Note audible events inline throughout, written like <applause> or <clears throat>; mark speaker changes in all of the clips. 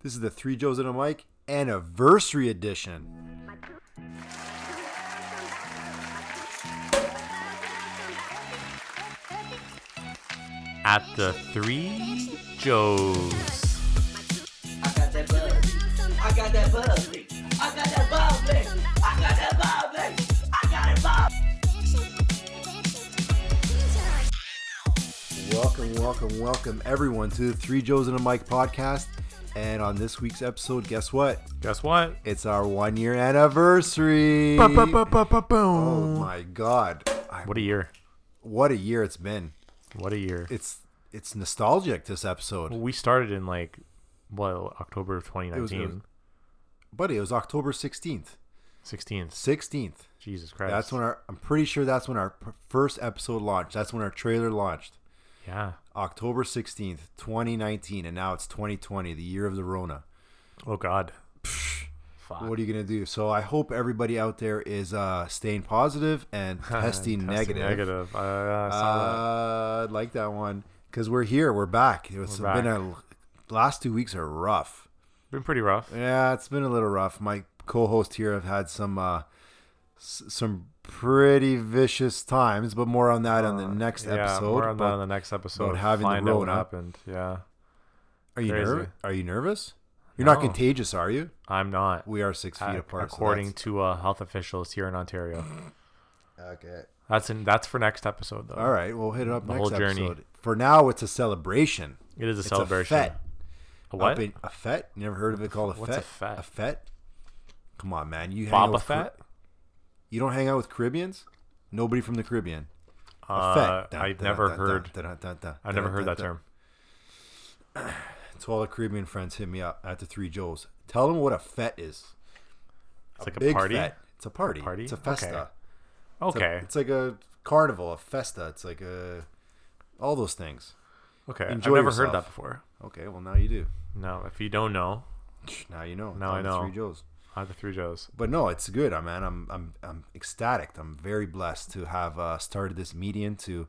Speaker 1: This is the Three Joes and a Mic Anniversary Edition.
Speaker 2: At the Three Joes.
Speaker 3: I got that bug. I got that bug. I got that bug. I got that bug. I got it bug.
Speaker 1: Welcome, welcome, welcome, everyone, to the Three Joes and a Mic podcast. And on this week's episode, guess what?
Speaker 2: Guess what?
Speaker 1: It's our one year anniversary. Oh
Speaker 2: Ba-ba-ba-ba-boom.
Speaker 1: my God. I,
Speaker 2: What a year.
Speaker 1: what a year it's been.
Speaker 2: What a year.
Speaker 1: It's it's nostalgic, this episode.
Speaker 2: We started in like, well, October of
Speaker 1: It was, it
Speaker 2: 2019.
Speaker 1: was, buddy, it was October 16th.
Speaker 2: 16th.
Speaker 1: 16th.
Speaker 2: Jesus Christ.
Speaker 1: That's when our, I'm pretty sure that's when our p- first episode launched. That's when our trailer launched.
Speaker 2: Yeah.
Speaker 1: October 16th, 2019. And now it's 2020, the year of the Rona.
Speaker 2: Oh, God. Fuck.
Speaker 1: What are you gonna do? So I hope everybody out there is uh, staying positive
Speaker 2: <laughs>
Speaker 1: and testing,
Speaker 2: Testing
Speaker 1: negative.
Speaker 2: Negative. Uh, I saw that.
Speaker 1: Uh, I like that one because we're here. We're back. It's
Speaker 2: We're
Speaker 1: been a last two weeks are rough.
Speaker 2: Been pretty rough.
Speaker 1: Yeah, it's been a little rough. My co-host here have had some uh, s- some pretty vicious times, but more on that on the next
Speaker 2: Uh, yeah,
Speaker 1: episode.
Speaker 2: More on that
Speaker 1: But
Speaker 2: on the next episode.
Speaker 1: about having the
Speaker 2: Find out what
Speaker 1: Rona.
Speaker 2: happened. Yeah.
Speaker 1: are you
Speaker 2: crazy.
Speaker 1: nervous? Are you nervous? You're
Speaker 2: No.
Speaker 1: not contagious, are you?
Speaker 2: I'm not.
Speaker 1: We are six feet
Speaker 2: Ac-
Speaker 1: apart. so
Speaker 2: according to uh, health officials here in Ontario.
Speaker 1: that's- okay.
Speaker 2: That's in. That's for next episode though.
Speaker 1: All right, we'll hit it up
Speaker 2: The
Speaker 1: next
Speaker 2: whole journey.
Speaker 1: episode. For now, it's a celebration.
Speaker 2: It is a
Speaker 1: It's
Speaker 2: celebration.
Speaker 1: A fete.
Speaker 2: A
Speaker 1: Up
Speaker 2: what?
Speaker 1: in- a fet? You never heard of it called a
Speaker 2: What's a
Speaker 1: fet?
Speaker 2: fete?
Speaker 1: A fet? Come on, man. You hang out
Speaker 2: Boba
Speaker 1: with Car-
Speaker 2: Fett.
Speaker 1: You don't hang out with Caribbeans? Nobody from the Caribbean. A
Speaker 2: Uh,
Speaker 1: fete. Dun,
Speaker 2: I've
Speaker 1: dun,
Speaker 2: never
Speaker 1: dun, dun,
Speaker 2: heard.
Speaker 1: dun, dun, dun, dun,
Speaker 2: I've never
Speaker 1: dun,
Speaker 2: heard
Speaker 1: dun,
Speaker 2: that
Speaker 1: dun.
Speaker 2: term.
Speaker 1: So all the Caribbean friends hit me up at the Three Joes. Tell them what a fet is.
Speaker 2: It's like a
Speaker 1: Big
Speaker 2: party.
Speaker 1: fete. It's a party.
Speaker 2: Party?
Speaker 1: It's a festa.
Speaker 2: Okay.
Speaker 1: It's a-
Speaker 2: Okay.
Speaker 1: It's like a carnival, a festa. It's like a all those things.
Speaker 2: Okay. I've
Speaker 1: enjoy
Speaker 2: never
Speaker 1: yourself.
Speaker 2: heard that before.
Speaker 1: Okay, well now you do.
Speaker 2: No. If you don't know,
Speaker 1: Now you know. It's
Speaker 2: Now
Speaker 1: on
Speaker 2: I
Speaker 1: the
Speaker 2: know.
Speaker 1: Three Joes.
Speaker 2: I the three Joes.
Speaker 1: But no, it's good, uh, man. I'm I'm I'm ecstatic. I'm very blessed to have uh, started this medium to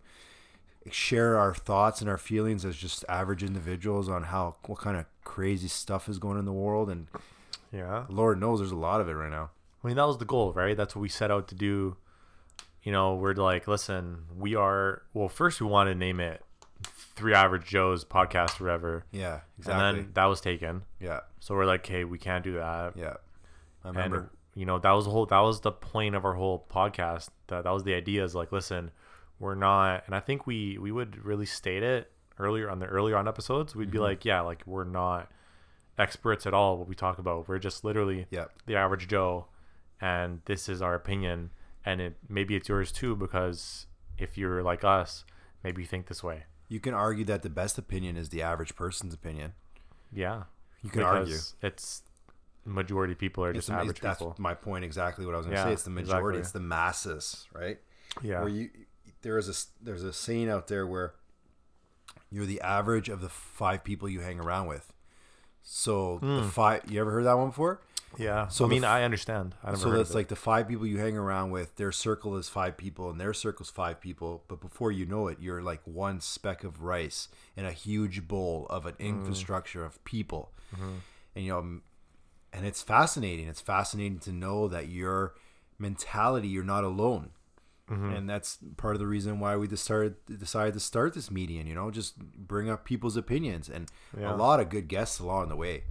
Speaker 1: share our thoughts and our feelings as just average individuals on how what kind of crazy stuff is going on in the world. And
Speaker 2: Yeah.
Speaker 1: Lord knows, there's a lot of it right now.
Speaker 2: I mean, that was the goal, right? That's what we set out to do. You know, we're like, listen, we are. Well, first we wanted to name it Three Average Joes podcast or whatever,
Speaker 1: Yeah, exactly.
Speaker 2: and then that was taken.
Speaker 1: yeah,
Speaker 2: So we're like, hey, we can't do that.
Speaker 1: yeah. I remember.
Speaker 2: and you know that was the whole that was the point of our whole podcast that that was the idea is like listen we're not and i think we we would really state it earlier on the earlier on episodes we'd be
Speaker 1: Mm-hmm.
Speaker 2: like yeah like we're not experts at all what we talk about we're just literally
Speaker 1: yeah,
Speaker 2: the average joe and this is our opinion and it maybe it's yours too because if you're like us maybe you think this way
Speaker 1: you can argue that the best opinion is the average person's opinion.
Speaker 2: yeah
Speaker 1: You can argue.
Speaker 2: it's majority people are
Speaker 1: It's
Speaker 2: just
Speaker 1: am-
Speaker 2: average
Speaker 1: that's
Speaker 2: people
Speaker 1: my point exactly. What I was going to
Speaker 2: Yeah,
Speaker 1: say. It's the majority.
Speaker 2: exactly.
Speaker 1: It's the masses, right?
Speaker 2: yeah
Speaker 1: where you there is a s- there's a saying out there where you're the average of the five people you hang around with. So the five you ever heard that one before?
Speaker 2: yeah
Speaker 1: so
Speaker 2: so i
Speaker 1: the
Speaker 2: mean
Speaker 1: f-
Speaker 2: I understand i never
Speaker 1: So
Speaker 2: heard of
Speaker 1: that's
Speaker 2: it.
Speaker 1: like the five people you hang around with. Their circle is five people, and their circle's five people. But before you know it, you're like one speck of rice in a huge bowl of
Speaker 2: Mm.
Speaker 1: an infrastructure of people.
Speaker 2: Mm-hmm.
Speaker 1: And you know, m- and it's fascinating. It's fascinating to know that your mentality, you're not alone.
Speaker 2: Mm-hmm.
Speaker 1: And that's part of the reason why we decided decided to start this median. You know, just bring up people's opinions and a
Speaker 2: Yeah.
Speaker 1: lot of good guests along the way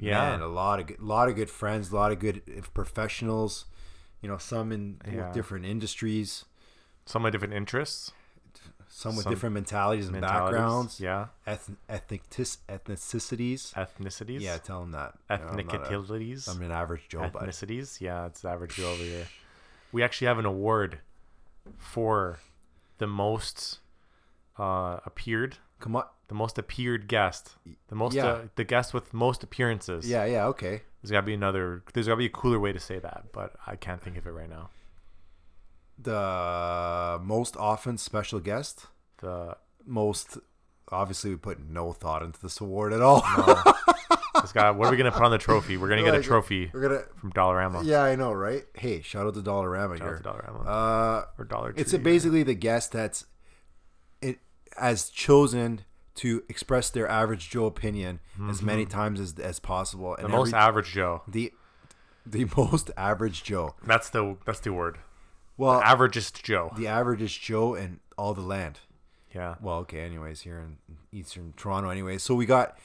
Speaker 2: yeah
Speaker 1: man, a lot of good, lot of good friends, a lot of good uh, professionals. You know, some in
Speaker 2: Yeah.
Speaker 1: with different industries,
Speaker 2: some with different interests,
Speaker 1: some with
Speaker 2: Some
Speaker 1: different mentalities and
Speaker 2: mentalities,
Speaker 1: backgrounds,
Speaker 2: yeah,
Speaker 1: eth- ethnicis- ethnicities.
Speaker 2: ethnicities,
Speaker 1: Yeah, tell them that. You know, I'm not a-
Speaker 2: ethnicities,
Speaker 1: I'm an average Joe, but
Speaker 2: ethnicities. Yeah, it's the average Joe over here. We actually have an award for the most uh, appeared,
Speaker 1: come on.
Speaker 2: the most appeared guest, the most
Speaker 1: Yeah.
Speaker 2: uh, the guest with most appearances.
Speaker 1: Yeah, yeah, okay.
Speaker 2: there's gotta be another. There's gotta be a cooler way to say that, but I can't think of it right now.
Speaker 1: The most often special guest,
Speaker 2: The
Speaker 1: most obviously we put no thought into this award at all.
Speaker 2: this guy. What are we gonna put on the trophy? We're gonna get a
Speaker 1: Like,
Speaker 2: trophy
Speaker 1: <laughs> We're gonna.
Speaker 2: from Dollarama.
Speaker 1: Yeah, I know, right? Hey, shout out to Dollarama
Speaker 2: Shout out
Speaker 1: here.
Speaker 2: to Dollarama
Speaker 1: Uh,
Speaker 2: or Dollar Tree.
Speaker 1: It's a, basically the guest that's it as chosen to express their average Joe opinion as many times as, as possible. And
Speaker 2: Mm-hmm. The most
Speaker 1: every-
Speaker 2: average Joe.
Speaker 1: the the <laughs> most average Joe.
Speaker 2: That's the that's the word.
Speaker 1: Well,
Speaker 2: Averagest Joe.
Speaker 1: Uh, the averagest Joe in all the land.
Speaker 2: Yeah.
Speaker 1: Well, okay, anyways, here in Eastern Toronto, anyways. So we got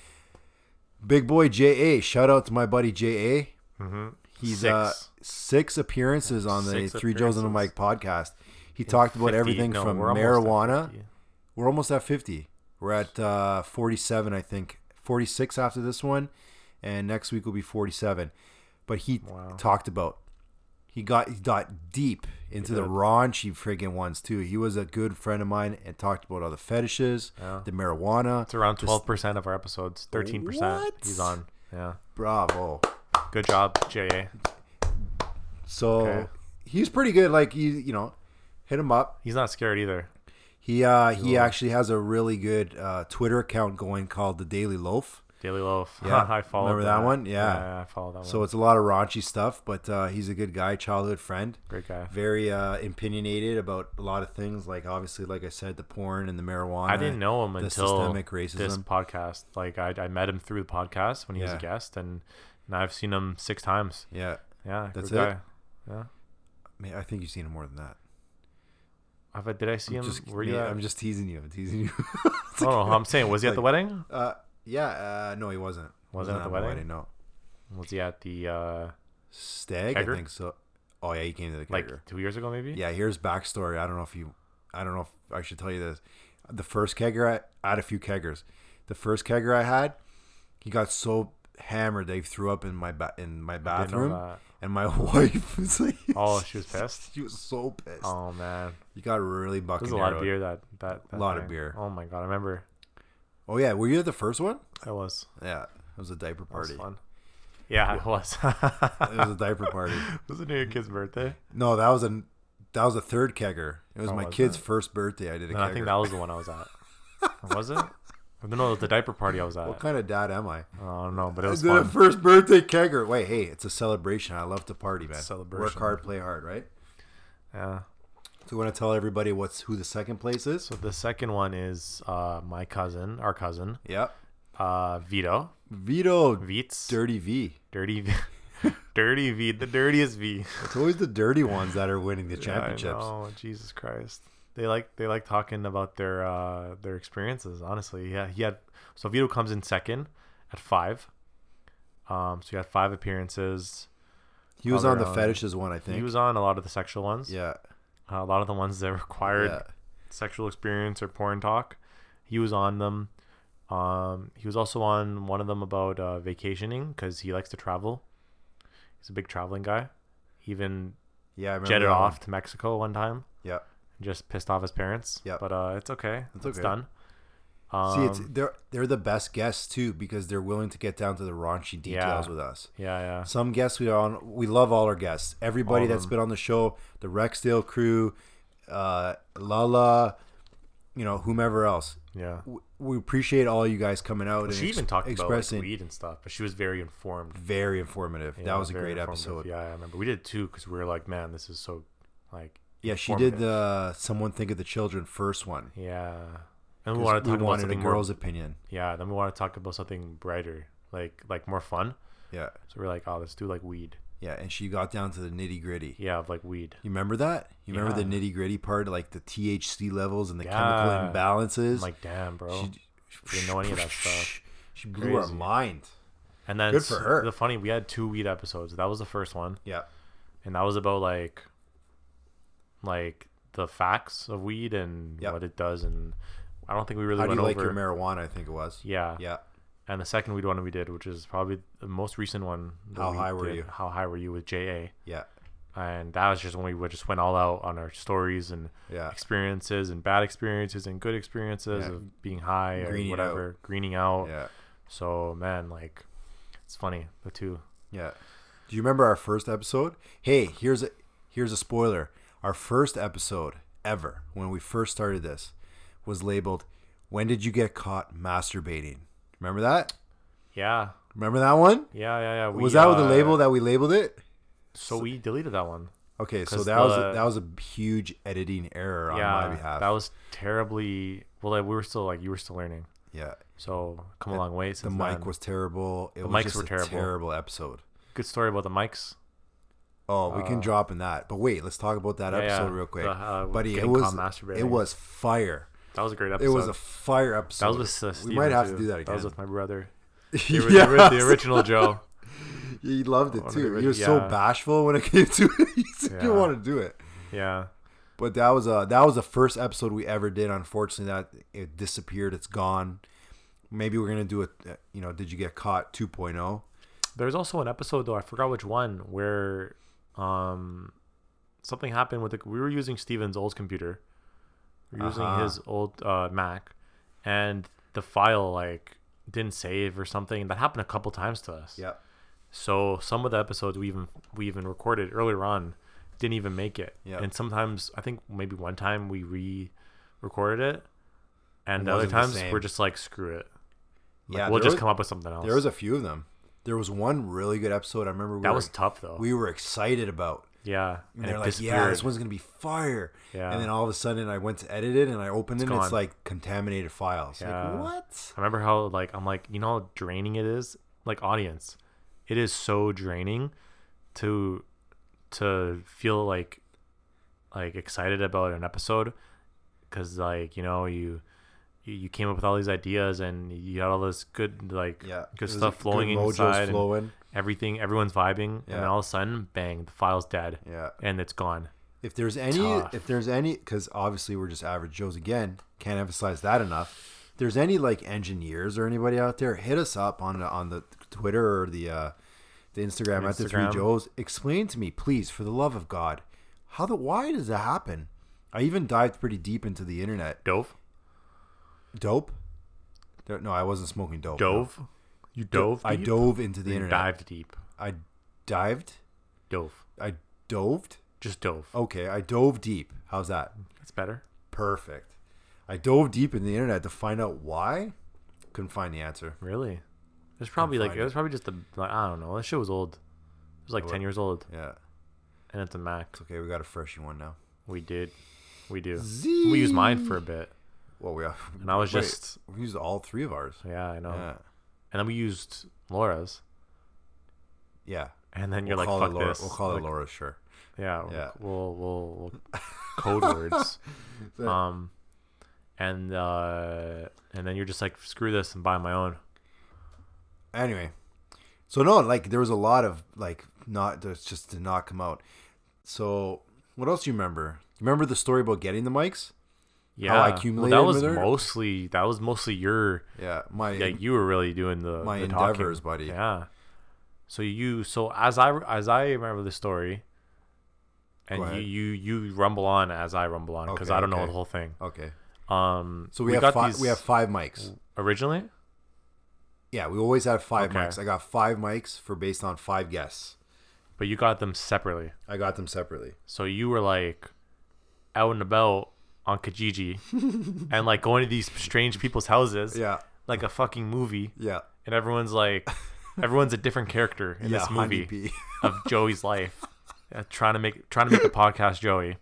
Speaker 1: Big Boy JA. Shout out to my buddy JA. Mm-hmm. He's six. Uh,
Speaker 2: Six.
Speaker 1: six appearances on the
Speaker 2: Six
Speaker 1: Three Joes and a Mic
Speaker 2: appearances.
Speaker 1: podcast. He talked about
Speaker 2: 50
Speaker 1: everything
Speaker 2: no,
Speaker 1: from
Speaker 2: we're almost
Speaker 1: marijuana.
Speaker 2: at 50.
Speaker 1: We're almost at 50. We're at uh, 47, I think. 46 after this one, and next week will be 47. But he
Speaker 2: Wow.
Speaker 1: talked about. He got he got deep into the
Speaker 2: did.
Speaker 1: raunchy friggin' ones too. He was a good friend of mine and talked about all the fetishes, the marijuana.
Speaker 2: It's around
Speaker 1: the s-
Speaker 2: twelve percent of our episodes. Thirteen percent.
Speaker 1: What?
Speaker 2: He's on. Yeah.
Speaker 1: Bravo.
Speaker 2: Good job, JA.
Speaker 1: So
Speaker 2: Okay.
Speaker 1: he's pretty good. Like he, you know, hit him up.
Speaker 2: He's not scared either.
Speaker 1: He uh, he actually has a really good uh, Twitter account going called the Daily Loaf.
Speaker 2: Daily Loaf. <laughs>
Speaker 1: Yeah.
Speaker 2: I followed
Speaker 1: Remember that one? Yeah.
Speaker 2: I followed that
Speaker 1: So
Speaker 2: one.
Speaker 1: it's a lot of raunchy stuff, but uh, he's a good guy, childhood friend.
Speaker 2: Great guy.
Speaker 1: Very uh, opinionated about a lot of things, like obviously, like I said, the porn and the marijuana.
Speaker 2: I didn't know him
Speaker 1: the
Speaker 2: until
Speaker 1: systemic
Speaker 2: this
Speaker 1: racism.
Speaker 2: podcast. Like I, I met him through the podcast when he was
Speaker 1: Yeah.
Speaker 2: a guest, and, and I've seen him six times.
Speaker 1: Yeah,
Speaker 2: Yeah,
Speaker 1: That's
Speaker 2: good
Speaker 1: it?
Speaker 2: guy. Yeah,
Speaker 1: I, mean, I think you've seen him more than that.
Speaker 2: have I, did I see him?
Speaker 1: Just,
Speaker 2: Were you?
Speaker 1: yeah,
Speaker 2: at-
Speaker 1: I'm just teasing you. I'm teasing
Speaker 2: <laughs>
Speaker 1: you.
Speaker 2: I don't know. I'm saying, was
Speaker 1: <laughs>
Speaker 2: he at the wedding?
Speaker 1: uh, yeah, uh, no, he wasn't.
Speaker 2: Wasn't at the
Speaker 1: my
Speaker 2: wedding?
Speaker 1: No,
Speaker 2: Was he at the uh
Speaker 1: Stag. I
Speaker 2: Kegger?
Speaker 1: think so. Oh yeah, he came to the
Speaker 2: like
Speaker 1: kegger.
Speaker 2: two years ago, maybe?
Speaker 1: Yeah, here's backstory. I don't know if you, I don't know if I should tell you this. The first kegger, I, I had a few keggers. The first kegger I had, he got so hammered they threw up in my ba- in my
Speaker 2: I didn't know
Speaker 1: bathroom,
Speaker 2: that.
Speaker 1: and my <laughs> wife was like, <laughs>
Speaker 2: Oh, she was pissed.
Speaker 1: she was so pissed.
Speaker 2: Oh man,
Speaker 1: You got really bucking.
Speaker 2: there's a lot of
Speaker 1: narrowed.
Speaker 2: beer that that, that
Speaker 1: Lot of
Speaker 2: thing.
Speaker 1: beer.
Speaker 2: Oh my god, I remember
Speaker 1: Oh yeah, were you at the first one?
Speaker 2: that was
Speaker 1: Yeah, it was a diaper
Speaker 2: that was
Speaker 1: party.
Speaker 2: fun. Yeah, it was. <laughs> it
Speaker 1: It was a diaper
Speaker 2: <laughs>
Speaker 1: party.
Speaker 2: was it your kid's birthday?
Speaker 1: No, that was a that was a third kegger. It was
Speaker 2: Oh,
Speaker 1: my
Speaker 2: was
Speaker 1: kid's
Speaker 2: it?
Speaker 1: first birthday. I did a
Speaker 2: No,
Speaker 1: kegger.
Speaker 2: I think that was the one I was
Speaker 1: <laughs>
Speaker 2: at. Or was it? No, no, it was the diaper party I was at.
Speaker 1: what kind of dad am I?
Speaker 2: I don't know, but it
Speaker 1: I
Speaker 2: was
Speaker 1: did a
Speaker 2: fun.
Speaker 1: first birthday kegger. Wait, hey, it's a celebration. I love to party, man.
Speaker 2: Celebration.
Speaker 1: Work hard, play hard, right?
Speaker 2: yeah.
Speaker 1: So we want to tell everybody what's who the second place is.
Speaker 2: So the second one is uh, my cousin, our cousin,
Speaker 1: Yep.
Speaker 2: uh, Vito,
Speaker 1: Vito,
Speaker 2: Vites,
Speaker 1: dirty V.
Speaker 2: dirty, V- <laughs> dirty V, the dirtiest V.
Speaker 1: It's always the dirty ones that are winning
Speaker 2: <laughs>
Speaker 1: the championships.
Speaker 2: Oh Jesus Christ! They like they like talking about their uh, their experiences. Honestly, yeah, he had so Vito comes in second at five. Um, so he had five appearances.
Speaker 1: he was on the
Speaker 2: Around.
Speaker 1: fetishes one, I think.
Speaker 2: um, He was on a lot of the sexual ones.
Speaker 1: yeah.
Speaker 2: uh, a lot of the ones that <laughs> required
Speaker 1: Yeah.
Speaker 2: sexual experience or porn talk. He was on them. Um, he was also on one of them about uh, vacationing because he likes to travel. He's a big traveling guy. He even
Speaker 1: Yeah, I remember
Speaker 2: jetted
Speaker 1: that one.
Speaker 2: off to Mexico one time
Speaker 1: Yeah.
Speaker 2: and just pissed off his parents.
Speaker 1: Yep.
Speaker 2: But uh, it's okay.
Speaker 1: It's
Speaker 2: It's,
Speaker 1: okay.
Speaker 2: done. Um,
Speaker 1: See, it's they're they're the best guests too because they're willing to get down to the raunchy details
Speaker 2: Yeah.
Speaker 1: with us.
Speaker 2: yeah, yeah.
Speaker 1: Some guests we are on we love all our guests. Everybody
Speaker 2: All of
Speaker 1: that's
Speaker 2: them.
Speaker 1: been on the show, the Rexdale crew, uh, Lala, you know, whomever else.
Speaker 2: Yeah.
Speaker 1: W- We appreciate all you guys coming out and
Speaker 2: She
Speaker 1: ex-
Speaker 2: even talked about like,
Speaker 1: expressing
Speaker 2: weed and stuff, but she was very informed.
Speaker 1: very informative.
Speaker 2: Yeah,
Speaker 1: that was a
Speaker 2: very
Speaker 1: great
Speaker 2: informative.
Speaker 1: episode. Yeah,
Speaker 2: Yeah, I remember. We did two because we were like, man, this is so like
Speaker 1: she did
Speaker 2: informative.
Speaker 1: the someone think of the children first one.
Speaker 2: Yeah. And
Speaker 1: 'cause
Speaker 2: we want to
Speaker 1: we
Speaker 2: talk about
Speaker 1: wanted a
Speaker 2: something more,
Speaker 1: girl's opinion.
Speaker 2: Yeah, then we want to talk about something brighter, like like more fun.
Speaker 1: Yeah.
Speaker 2: So we're like, oh, let's do like weed.
Speaker 1: Yeah, and she got down to the nitty gritty.
Speaker 2: Yeah, of like weed.
Speaker 1: You remember that? You remember the
Speaker 2: Yeah.
Speaker 1: nitty gritty part, like the THC levels and the
Speaker 2: Yeah.
Speaker 1: chemical imbalances?
Speaker 2: I'm like, damn, bro.
Speaker 1: She-
Speaker 2: Didn't know any of that stuff.
Speaker 1: Oh. <laughs> She blew our
Speaker 2: Crazy.
Speaker 1: mind.
Speaker 2: and then
Speaker 1: good for
Speaker 2: s-
Speaker 1: her.
Speaker 2: The funny, we had two weed episodes. That was the first one,
Speaker 1: Yeah.
Speaker 2: and that was about like like the facts of weed and
Speaker 1: Yep.
Speaker 2: what it does. And I don't think we really
Speaker 1: How do
Speaker 2: went
Speaker 1: you like
Speaker 2: over.
Speaker 1: your marijuana? I think it was.
Speaker 2: yeah,
Speaker 1: Yeah.
Speaker 2: And the second weed one we did, which is probably the most recent one. that
Speaker 1: How
Speaker 2: we
Speaker 1: high were
Speaker 2: did,
Speaker 1: you?
Speaker 2: How high were you with JA?
Speaker 1: Yeah.
Speaker 2: and that was just when we would just went all out on our stories and
Speaker 1: Yeah.
Speaker 2: experiences and bad experiences and good experiences
Speaker 1: Yeah.
Speaker 2: of being high
Speaker 1: Greening
Speaker 2: or whatever, greening out.
Speaker 1: Yeah.
Speaker 2: So man, like it's funny the two.
Speaker 1: Yeah. Do you remember our first episode? Hey, here's a here's a spoiler. Our first episode ever when we first started this was labeled "When did you get caught masturbating?" Remember that?
Speaker 2: Yeah,
Speaker 1: Remember that one?
Speaker 2: yeah, yeah, yeah.
Speaker 1: was that with the
Speaker 2: uh,
Speaker 1: label that we labeled it?
Speaker 2: So we deleted that one.
Speaker 1: Okay, so
Speaker 2: 'cause
Speaker 1: that was a,
Speaker 2: the-
Speaker 1: that was a huge editing error on
Speaker 2: yeah,
Speaker 1: my behalf.
Speaker 2: that was terribly. Well, like, we were still like you were still learning.
Speaker 1: Yeah.
Speaker 2: So come a long way
Speaker 1: The
Speaker 2: since
Speaker 1: mic
Speaker 2: then.
Speaker 1: was terrible. It
Speaker 2: The
Speaker 1: was
Speaker 2: mics
Speaker 1: just
Speaker 2: were
Speaker 1: a
Speaker 2: terrible.
Speaker 1: terrible episode.
Speaker 2: good story about the mics.
Speaker 1: Oh, we can drop in that. But wait, let's talk about that
Speaker 2: Uh, Yeah,
Speaker 1: episode
Speaker 2: yeah.
Speaker 1: real quick.
Speaker 2: The, uh,
Speaker 1: Buddy, it
Speaker 2: getting
Speaker 1: was
Speaker 2: caught masturbating.
Speaker 1: it was fire.
Speaker 2: That was a great episode.
Speaker 1: It was a fire episode.
Speaker 2: that was with uh,
Speaker 1: we
Speaker 2: Steven,
Speaker 1: might have
Speaker 2: too.
Speaker 1: to do that
Speaker 2: That
Speaker 1: again.
Speaker 2: was with
Speaker 1: <laughs>
Speaker 2: my brother. The,
Speaker 1: yeah,
Speaker 2: ori- the ori- the
Speaker 1: <laughs>
Speaker 2: original Joe.
Speaker 1: he loved it
Speaker 2: One of
Speaker 1: too.
Speaker 2: the
Speaker 1: He was
Speaker 2: orig-
Speaker 1: so
Speaker 2: yeah.
Speaker 1: bashful when it came to <laughs> it. he
Speaker 2: Yeah.
Speaker 1: didn't want to do it.
Speaker 2: Yeah.
Speaker 1: But that was uh that was the first episode we ever did. Unfortunately, that it disappeared. It's gone. Maybe we're gonna do it. You know, did you get caught oh? 2.0?
Speaker 2: There's also an episode though I forgot which one where um something happened with the, we were using Steven's old computer, we were using
Speaker 1: Uh-huh.
Speaker 2: his old uh, Mac, and the file like didn't save or something. That happened a couple times to us.
Speaker 1: Yeah.
Speaker 2: So some of the episodes we even we even recorded earlier on didn't even make it.
Speaker 1: Yeah.
Speaker 2: And sometimes I think maybe one time we re-recorded it, and
Speaker 1: It
Speaker 2: the other
Speaker 1: wasn't the
Speaker 2: times
Speaker 1: same.
Speaker 2: we're just like screw it. Like,
Speaker 1: Yeah,
Speaker 2: we'll
Speaker 1: there
Speaker 2: just
Speaker 1: was-
Speaker 2: come up with something else.
Speaker 1: There was a few of them. There was one really good episode. I remember we
Speaker 2: that
Speaker 1: were,
Speaker 2: was tough though.
Speaker 1: we were excited about.
Speaker 2: Yeah,
Speaker 1: And, they're like, yeah, this one's gonna be fire.
Speaker 2: Yeah.
Speaker 1: And then all of a sudden, I went to edit it and I opened it. and
Speaker 2: gone.
Speaker 1: It's like contaminated files.
Speaker 2: Yeah.
Speaker 1: Like what?
Speaker 2: I remember how like I'm like, you know how draining it is, like audience. It is so draining to to feel like like excited about an episode because like you know you you- you came up with all these ideas and you had all this good like
Speaker 1: Yeah.
Speaker 2: good
Speaker 1: It was
Speaker 2: stuff
Speaker 1: good
Speaker 2: flowing
Speaker 1: mojo's
Speaker 2: inside and
Speaker 1: flowing.
Speaker 2: everything everyone's vibing and then
Speaker 1: Yeah.
Speaker 2: all of a sudden bang the file's dead
Speaker 1: Yeah.
Speaker 2: and it's gone
Speaker 1: If there's any,
Speaker 2: Tough.
Speaker 1: if there's any, because obviously we're just average Joes again. Can't emphasize that enough. If there's any like engineers or anybody out there, hit us up on the on the Twitter or the uh, the Instagram, at the three
Speaker 2: Instagram.
Speaker 1: Joes. Explain to me, please, for the love of God, how the why does that happen? I even dived pretty deep into the internet.
Speaker 2: dove
Speaker 1: Dope? There- No, I wasn't smoking dope. Oh, no.
Speaker 2: dove you dove
Speaker 1: I
Speaker 2: deep?
Speaker 1: dove into the
Speaker 2: You
Speaker 1: internet.
Speaker 2: dived deep
Speaker 1: I dived.
Speaker 2: dove
Speaker 1: I doved.
Speaker 2: just dove
Speaker 1: Okay, I dove deep. How's that?
Speaker 2: that's better
Speaker 1: Perfect. I dove deep in the internet to find out why. Couldn't find the answer.
Speaker 2: Really? There's probably like
Speaker 1: find
Speaker 2: it was probably just a like I don't know. That shit was old. It was like
Speaker 1: It
Speaker 2: ten
Speaker 1: wa-
Speaker 2: years old,
Speaker 1: Yeah.
Speaker 2: and it's a Mac.
Speaker 1: It's okay. We got a freshy one now.
Speaker 2: We did, we do.
Speaker 1: Zee.
Speaker 2: We used mine for a bit,
Speaker 1: Well, we are.
Speaker 2: and I was
Speaker 1: wait,
Speaker 2: just
Speaker 1: we used all three of ours.
Speaker 2: yeah, I know.
Speaker 1: Yeah.
Speaker 2: And then we used Laura's,
Speaker 1: Yeah.
Speaker 2: and then you're
Speaker 1: We'll call
Speaker 2: like,
Speaker 1: it
Speaker 2: fuck
Speaker 1: Laura.
Speaker 2: this.
Speaker 1: We'll call
Speaker 2: Like,
Speaker 1: it Laura. Sure.
Speaker 2: Yeah,
Speaker 1: Yeah. <laughs>
Speaker 2: We'll we'll, we'll code words. Um, and uh, and then you're just like screw this and buy my own.
Speaker 1: anyway so no like there was a lot of like not there's just did not come out so what else do you remember You remember the story about getting the mics
Speaker 2: Yeah,
Speaker 1: How I
Speaker 2: Well,
Speaker 1: accumulated
Speaker 2: that was
Speaker 1: with her?
Speaker 2: mostly that was mostly your
Speaker 1: yeah my
Speaker 2: like you were really doing the
Speaker 1: my
Speaker 2: the talking.
Speaker 1: endeavors buddy
Speaker 2: Yeah. So you so as I as I remember the story,
Speaker 1: Go
Speaker 2: and
Speaker 1: ahead.
Speaker 2: you you you rumble on as I rumble on because
Speaker 1: Okay,
Speaker 2: I don't know
Speaker 1: okay.
Speaker 2: the whole thing.
Speaker 1: okay
Speaker 2: Um,
Speaker 1: so we, have five we have five mics
Speaker 2: originally.
Speaker 1: yeah we always had five
Speaker 2: Okay.
Speaker 1: mics i got five mics for based on five guests
Speaker 2: But you got them separately,
Speaker 1: i got them separately
Speaker 2: so you were like out and about on
Speaker 1: <laughs>
Speaker 2: Kijiji, and like going to these strange people's houses,
Speaker 1: yeah
Speaker 2: like a fucking movie,
Speaker 1: yeah
Speaker 2: and everyone's
Speaker 1: <laughs>
Speaker 2: like, everyone's a different character in
Speaker 1: yeah
Speaker 2: this movie
Speaker 1: honeybee.
Speaker 2: of Joey's life, uh, trying to make trying to
Speaker 1: <laughs>
Speaker 2: make a podcast Joey,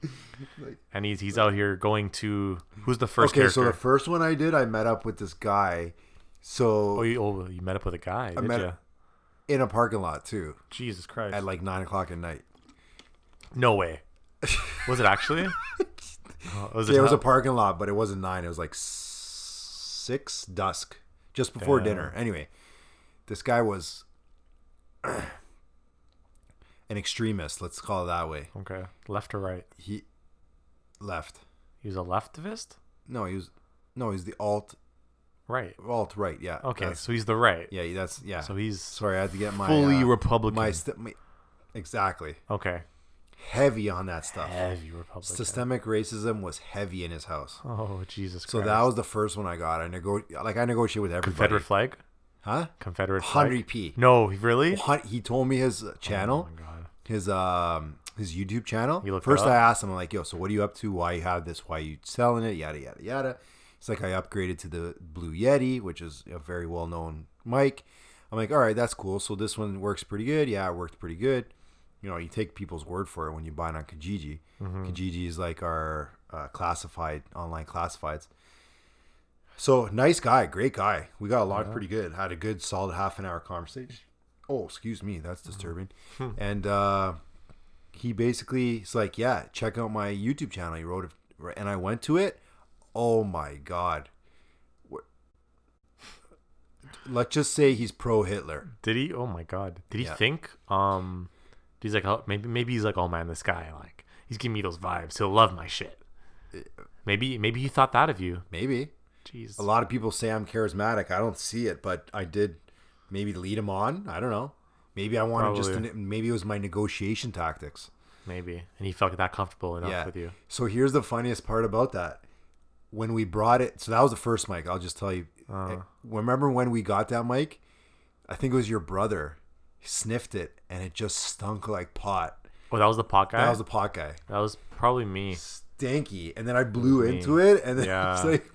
Speaker 2: and he's he's out here going to who's the
Speaker 1: <laughs>
Speaker 2: first
Speaker 1: okay
Speaker 2: character?
Speaker 1: so the first one i did i met up with this guy so
Speaker 2: oh, you, oh, you met up with a guy, did
Speaker 1: met-
Speaker 2: ya?
Speaker 1: in a parking lot too
Speaker 2: Jesus Christ!
Speaker 1: at like nine o'clock at night
Speaker 2: no
Speaker 1: <laughs>
Speaker 2: way. Was it actually? Oh, was
Speaker 1: Yeah, it was
Speaker 2: how-
Speaker 1: a parking lot, but it wasn't nine. It was like s- six dusk, just before
Speaker 2: Damn.
Speaker 1: dinner. Anyway, this guy was <clears throat> an extremist. Let's call it that way.
Speaker 2: okay, left or right?
Speaker 1: He left.
Speaker 2: He was a leftivist,
Speaker 1: No, he was. No, he's the alt
Speaker 2: right?
Speaker 1: alt right. Yeah.
Speaker 2: Okay,
Speaker 1: that's-
Speaker 2: so he's the right.
Speaker 1: yeah, that's yeah.
Speaker 2: So he's
Speaker 1: Sorry, I had to get my
Speaker 2: fully
Speaker 1: uh,
Speaker 2: Republican.
Speaker 1: My, st- my exactly
Speaker 2: okay,
Speaker 1: heavy on that stuff.
Speaker 2: heavy Republican.
Speaker 1: Systemic racism was heavy in his house.
Speaker 2: oh Jesus Christ!
Speaker 1: So that was the first one I got. I nego- like I negotiated with everybody.
Speaker 2: Confederate flag.
Speaker 1: Huh?
Speaker 2: Confederate flag.
Speaker 1: 100p.
Speaker 2: No, really?
Speaker 1: Hun- He told me his uh,
Speaker 2: Oh
Speaker 1: channel,
Speaker 2: my God.
Speaker 1: his um, his YouTube channel.
Speaker 2: You looked
Speaker 1: First,
Speaker 2: it up?
Speaker 1: I asked him, I'm like, "Yo, so what are you up to? Why you have this? Why you selling it? Yada yada yada." It's like I upgraded to the Blue Yeti, which is a very well known mic. I'm like, "All right, that's cool. So this one works pretty good. Yeah, it worked pretty good. You know, you take people's word for it when you buy it on Kijiji.
Speaker 2: Mm-hmm.
Speaker 1: Kijiji is like our uh, classified online classifieds." So nice guy, great guy. We got along pretty good. Had a good solid half an hour conversation. Oh, excuse me, that's disturbing. and uh, he basically is like, yeah, check out my YouTube channel. He wrote it, and I went to it. Oh my god. What- Let's just say he's pro Hitler.
Speaker 2: Did he? Oh my god. Did he
Speaker 1: Yeah.
Speaker 2: think? Um, he's like, oh, maybe maybe he's like, oh man, this guy like he's giving me those vibes. He'll love my shit. Maybe maybe he thought that of you.
Speaker 1: Maybe
Speaker 2: Jeez.
Speaker 1: a lot of people say I'm charismatic. I don't see it, but I did maybe lead him on. I don't know. Maybe I wanted
Speaker 2: Probably.
Speaker 1: just to, maybe it was my negotiation tactics.
Speaker 2: Maybe. And he felt that comfortable enough
Speaker 1: yeah.
Speaker 2: with you.
Speaker 1: So here's the funniest part about that. When we brought it, so that was the first mic. I'll just tell you.
Speaker 2: Uh-huh.
Speaker 1: Eh, Remember when we got that mic? I think it was your brother sniffed it and it just stunk like pot.
Speaker 2: Oh, that was the pot guy.
Speaker 1: That was the pot guy.
Speaker 2: that was probably me.
Speaker 1: Stanky. And then I blew into it and then <laughs>
Speaker 2: Yeah.
Speaker 1: it's like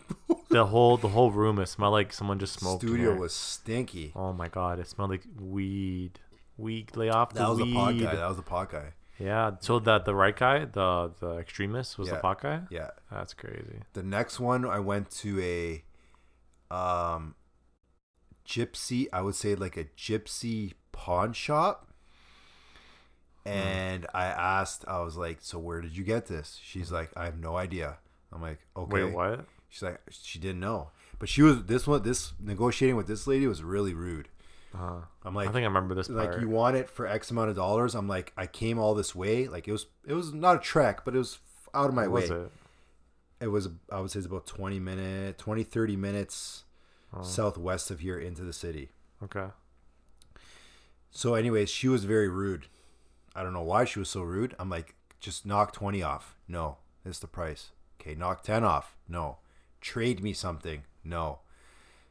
Speaker 2: The whole the whole room it smelled like someone just smoked. in
Speaker 1: studio
Speaker 2: there.
Speaker 1: was stinky.
Speaker 2: Oh my god, it smelled like weed. Weed lay off the
Speaker 1: That was
Speaker 2: weed.
Speaker 1: the pot guy. That was the pot guy.
Speaker 2: Yeah. So that the right guy, the the extremist, was the
Speaker 1: Yeah.
Speaker 2: pot guy.
Speaker 1: Yeah.
Speaker 2: That's crazy.
Speaker 1: The next one I went to a um gypsy, I would say like a gypsy pawn shop.
Speaker 2: Hmm.
Speaker 1: And I asked, I was like, "So where did you get this?" She's like, "I have no idea." I'm like, "Okay."
Speaker 2: Wait, what?
Speaker 1: She's like, "She didn't know." But she was this one this negotiating with this lady was really rude.
Speaker 2: Uh,
Speaker 1: I'm like,
Speaker 2: I think I remember this part.
Speaker 1: like you want it for X amount of dollars. I'm like, "I came all this way." Like it was it was not a trek, but it was out of my way
Speaker 2: What was it?
Speaker 1: it was i would say it's about 20 minute 20 30 minutes southwest of here into the city
Speaker 2: Okay.
Speaker 1: so anyways she was very rude i don't know why she was so rude i'm like just knock 20 off no that's the price okay knock 10 off no trade me something no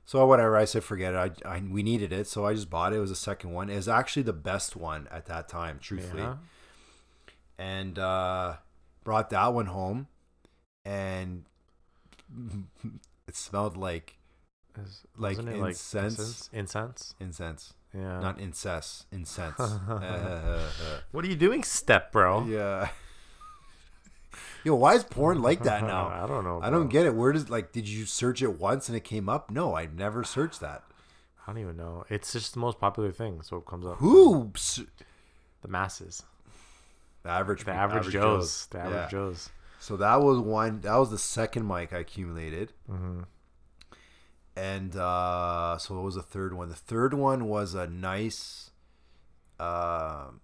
Speaker 1: so whatever i said forget it I, I we needed it so i just bought it it was the second one it was actually the best one at that time truthfully
Speaker 2: Yeah.
Speaker 1: and uh, brought that one home, and <laughs> it smelled like
Speaker 2: Is-
Speaker 1: Like
Speaker 2: wasn't it
Speaker 1: incense?
Speaker 2: incense? Incense?
Speaker 1: incense,
Speaker 2: Yeah.
Speaker 1: not incest,
Speaker 2: <laughs>
Speaker 1: incense. <laughs> Uh,
Speaker 2: what are you doing, step bro?
Speaker 1: yeah. <laughs> Yo, why is porn like that now?
Speaker 2: <laughs> I don't know.
Speaker 1: I don't
Speaker 2: bro.
Speaker 1: get it. Where does like did you search it once and it came up? No, I never searched that.
Speaker 2: I don't even know. It's just the most popular thing, so it comes up.
Speaker 1: Who? s-
Speaker 2: The masses.
Speaker 1: The average,
Speaker 2: The average, Joes. The average
Speaker 1: Yeah.
Speaker 2: Joes.
Speaker 1: So that was one. That was the second mic I accumulated. And uh, so what was the third one? The third one was a nice. Um,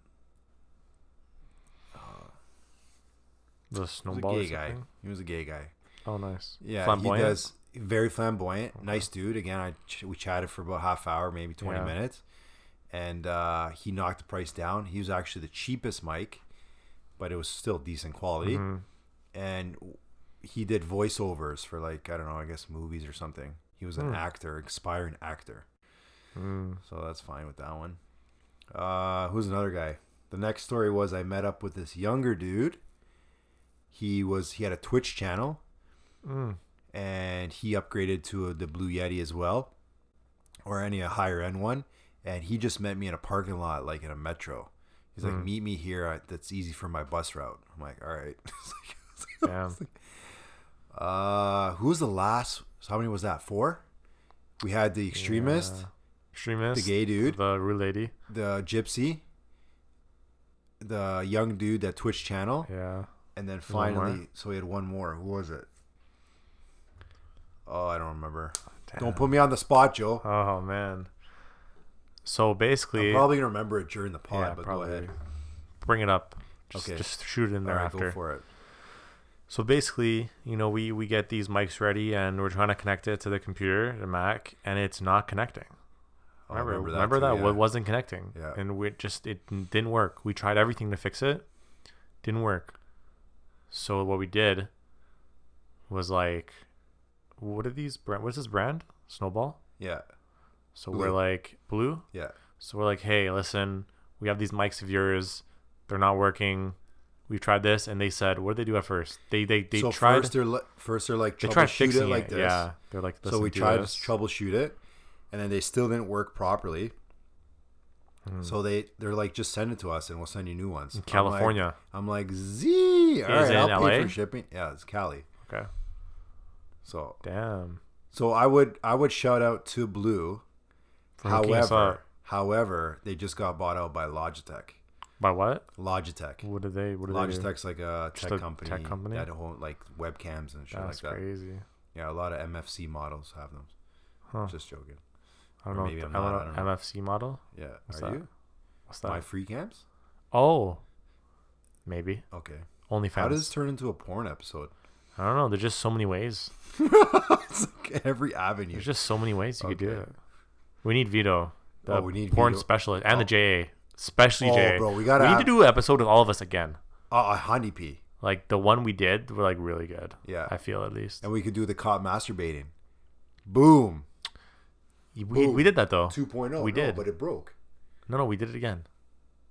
Speaker 2: The
Speaker 1: he was a
Speaker 2: snowball.
Speaker 1: gay
Speaker 2: or
Speaker 1: guy.
Speaker 2: something?
Speaker 1: He was a gay guy.
Speaker 2: Oh, nice.
Speaker 1: Yeah,
Speaker 2: Flamboyant?
Speaker 1: he does <laughs> very flamboyant. Nice dude. Again, I ch- we chatted for about half hour, maybe twenty
Speaker 2: Yeah.
Speaker 1: minutes, and uh, he knocked the price down. He was actually the cheapest mic, but it was still decent quality,
Speaker 2: Mm-hmm.
Speaker 1: and w- he did voiceovers for like I don't know, I guess movies or something. He was an
Speaker 2: Hmm.
Speaker 1: actor, aspiring actor, so that's fine with that one. Uh, who's another guy? The next story was I met up with this younger dude. He was he had a Twitch channel and he upgraded to the Blue Yeti as well, or any a higher end one. And he just met me in a parking lot, like in a metro. He's
Speaker 2: Hmm.
Speaker 1: like, "Meet me here. I, that's easy for my bus route." I'm like, "All right." <laughs> It's like-
Speaker 2: Damn.
Speaker 1: uh, who was the last? So how many was that? Four. We had the extremist,
Speaker 2: Extremist.
Speaker 1: the gay dude,
Speaker 2: The rude lady.
Speaker 1: the gypsy, the young dude that Twitch channel,
Speaker 2: Yeah.
Speaker 1: and then
Speaker 2: one more?
Speaker 1: finally, so we had one more. Who was it? Oh, I don't remember.
Speaker 2: Damn.
Speaker 1: Don't put me on the spot, Joe.
Speaker 2: Oh man. So basically,
Speaker 1: I'm probably gonna remember it during the pod,
Speaker 2: yeah,
Speaker 1: but
Speaker 2: probably.
Speaker 1: go ahead.
Speaker 2: Bring it up. Just,
Speaker 1: Okay.
Speaker 2: just shoot it in
Speaker 1: All
Speaker 2: there
Speaker 1: right,
Speaker 2: after.
Speaker 1: go for it.
Speaker 2: So basically, you know, we we get these mics ready and we're trying to connect it to the computer, the Mac, and it's not connecting.
Speaker 1: I
Speaker 2: Remember, remember that,
Speaker 1: too, yeah.
Speaker 2: wa- wasn't connecting.
Speaker 1: Yeah.
Speaker 2: And we just it n- didn't work. We tried everything to fix it. Didn't work. So what we did was like what are these brand what's this brand? Snowball?
Speaker 1: Yeah,
Speaker 2: So
Speaker 1: Blue.
Speaker 2: we're like blue?
Speaker 1: yeah,
Speaker 2: So we're like, hey, listen, we have these mics of yours. They're not working. We tried this, and they said, what did they do at first? They they they
Speaker 1: so
Speaker 2: tried.
Speaker 1: first they're li- first they're like
Speaker 2: they tried
Speaker 1: troubleshoot
Speaker 2: fixing
Speaker 1: it like this.
Speaker 2: Yeah, they're like.
Speaker 1: so
Speaker 2: listen,
Speaker 1: we
Speaker 2: do
Speaker 1: tried to
Speaker 2: this.
Speaker 1: troubleshoot it, and then they still didn't work properly.
Speaker 2: Hmm.
Speaker 1: So they they're like, just send it to us, and we'll send you new ones. I'm like-
Speaker 2: California.
Speaker 1: I'm like, Z. All right,
Speaker 2: Is it in
Speaker 1: I'll pay
Speaker 2: LA?
Speaker 1: for shipping. Yeah, it's Cali.
Speaker 2: Okay.
Speaker 1: So
Speaker 2: Damn.
Speaker 1: So I would I would shout out to Blue.
Speaker 2: For hooking us
Speaker 1: However,
Speaker 2: up.
Speaker 1: however, they just got bought out by Logitech.
Speaker 2: by what?
Speaker 1: Logitech.
Speaker 2: What do they? What do they? do?
Speaker 1: Logitech's like a
Speaker 2: Just
Speaker 1: tech
Speaker 2: a
Speaker 1: company.
Speaker 2: tech company?
Speaker 1: That whole like webcams and shit
Speaker 2: That's
Speaker 1: like that.
Speaker 2: crazy.
Speaker 1: Yeah, a lot of MFC models have them.
Speaker 2: Huh.
Speaker 1: Just joking.
Speaker 2: I don't
Speaker 1: Or
Speaker 2: know.
Speaker 1: maybe
Speaker 2: what
Speaker 1: I'm
Speaker 2: the- I
Speaker 1: not,
Speaker 2: don't
Speaker 1: I
Speaker 2: know.
Speaker 1: don't know.
Speaker 2: MFC model.
Speaker 1: Yeah.
Speaker 2: What's
Speaker 1: Are
Speaker 2: that?
Speaker 1: you?
Speaker 2: What's that?
Speaker 1: My free cams?
Speaker 2: oh, maybe
Speaker 1: Okay.
Speaker 2: OnlyFans.
Speaker 1: How does this turn into a porn
Speaker 2: <laughs>
Speaker 1: episode?
Speaker 2: I don't know. There's just so many ways.
Speaker 1: it's like every avenue.
Speaker 2: There's just so many ways you could do
Speaker 1: Okay.
Speaker 2: it. We need Vito, the
Speaker 1: Oh, we need
Speaker 2: porn
Speaker 1: Vito.
Speaker 2: specialist, and the JA, especially
Speaker 1: Oh,
Speaker 2: JA.
Speaker 1: bro, we gotta
Speaker 2: need
Speaker 1: have-
Speaker 2: to do an episode with all of us again.
Speaker 1: Uh, a honey pee.
Speaker 2: Like the one we did, were like really good.
Speaker 1: Yeah.
Speaker 2: I feel at least.
Speaker 1: And we could do the cop masturbating. Boom.
Speaker 2: We, we did that though.
Speaker 1: 2.0.
Speaker 2: Oh. We
Speaker 1: no,
Speaker 2: did.
Speaker 1: but it broke.
Speaker 2: No, no, we did it again.